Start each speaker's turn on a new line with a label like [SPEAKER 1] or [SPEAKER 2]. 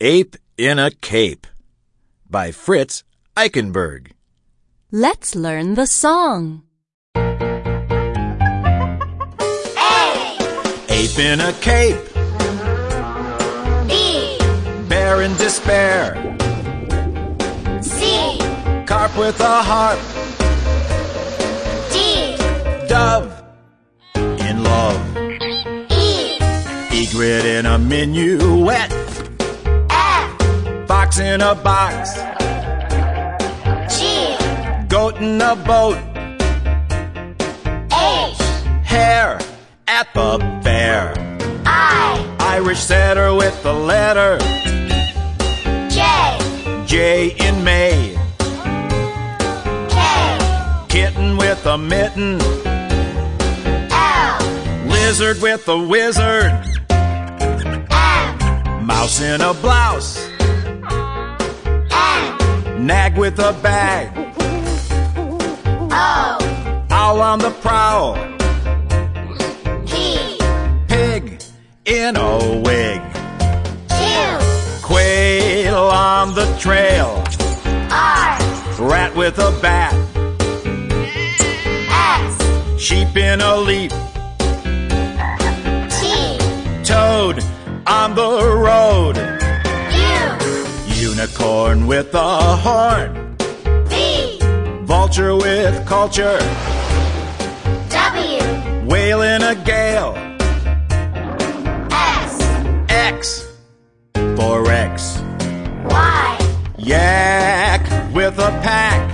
[SPEAKER 1] Ape in a Cape by Fritz Eichenberg.
[SPEAKER 2] Let's learn the song.
[SPEAKER 1] Ape in a cape,
[SPEAKER 3] B
[SPEAKER 1] bear in despair,
[SPEAKER 3] C
[SPEAKER 1] carp with a harp,
[SPEAKER 3] D
[SPEAKER 1] dove in love,
[SPEAKER 3] E
[SPEAKER 1] egret in a minuet,
[SPEAKER 3] F
[SPEAKER 1] fox in a box,
[SPEAKER 3] G
[SPEAKER 1] goat in a boat,
[SPEAKER 3] H
[SPEAKER 1] hare at the fair,
[SPEAKER 3] I
[SPEAKER 1] Irish setter with the letter
[SPEAKER 3] J
[SPEAKER 1] J in May,
[SPEAKER 3] K
[SPEAKER 1] kitten with a mitten,
[SPEAKER 3] L
[SPEAKER 1] lizard with a wizard.
[SPEAKER 3] M
[SPEAKER 1] Mouse in a blouse,
[SPEAKER 3] N
[SPEAKER 1] nag with a bag,
[SPEAKER 3] O
[SPEAKER 1] owl on the prowl,
[SPEAKER 3] P
[SPEAKER 1] pig in a wig,
[SPEAKER 3] Q
[SPEAKER 1] quail on the trail,
[SPEAKER 3] R
[SPEAKER 1] rat with a bat,
[SPEAKER 3] S
[SPEAKER 1] sheep in a leap,
[SPEAKER 3] T
[SPEAKER 1] toad on the road,
[SPEAKER 3] U
[SPEAKER 1] unicorn with a horn,
[SPEAKER 3] V
[SPEAKER 1] vulture with culture,
[SPEAKER 3] W
[SPEAKER 1] whale in a gale,
[SPEAKER 3] S
[SPEAKER 1] X for X,
[SPEAKER 3] Y
[SPEAKER 1] yak with a pack.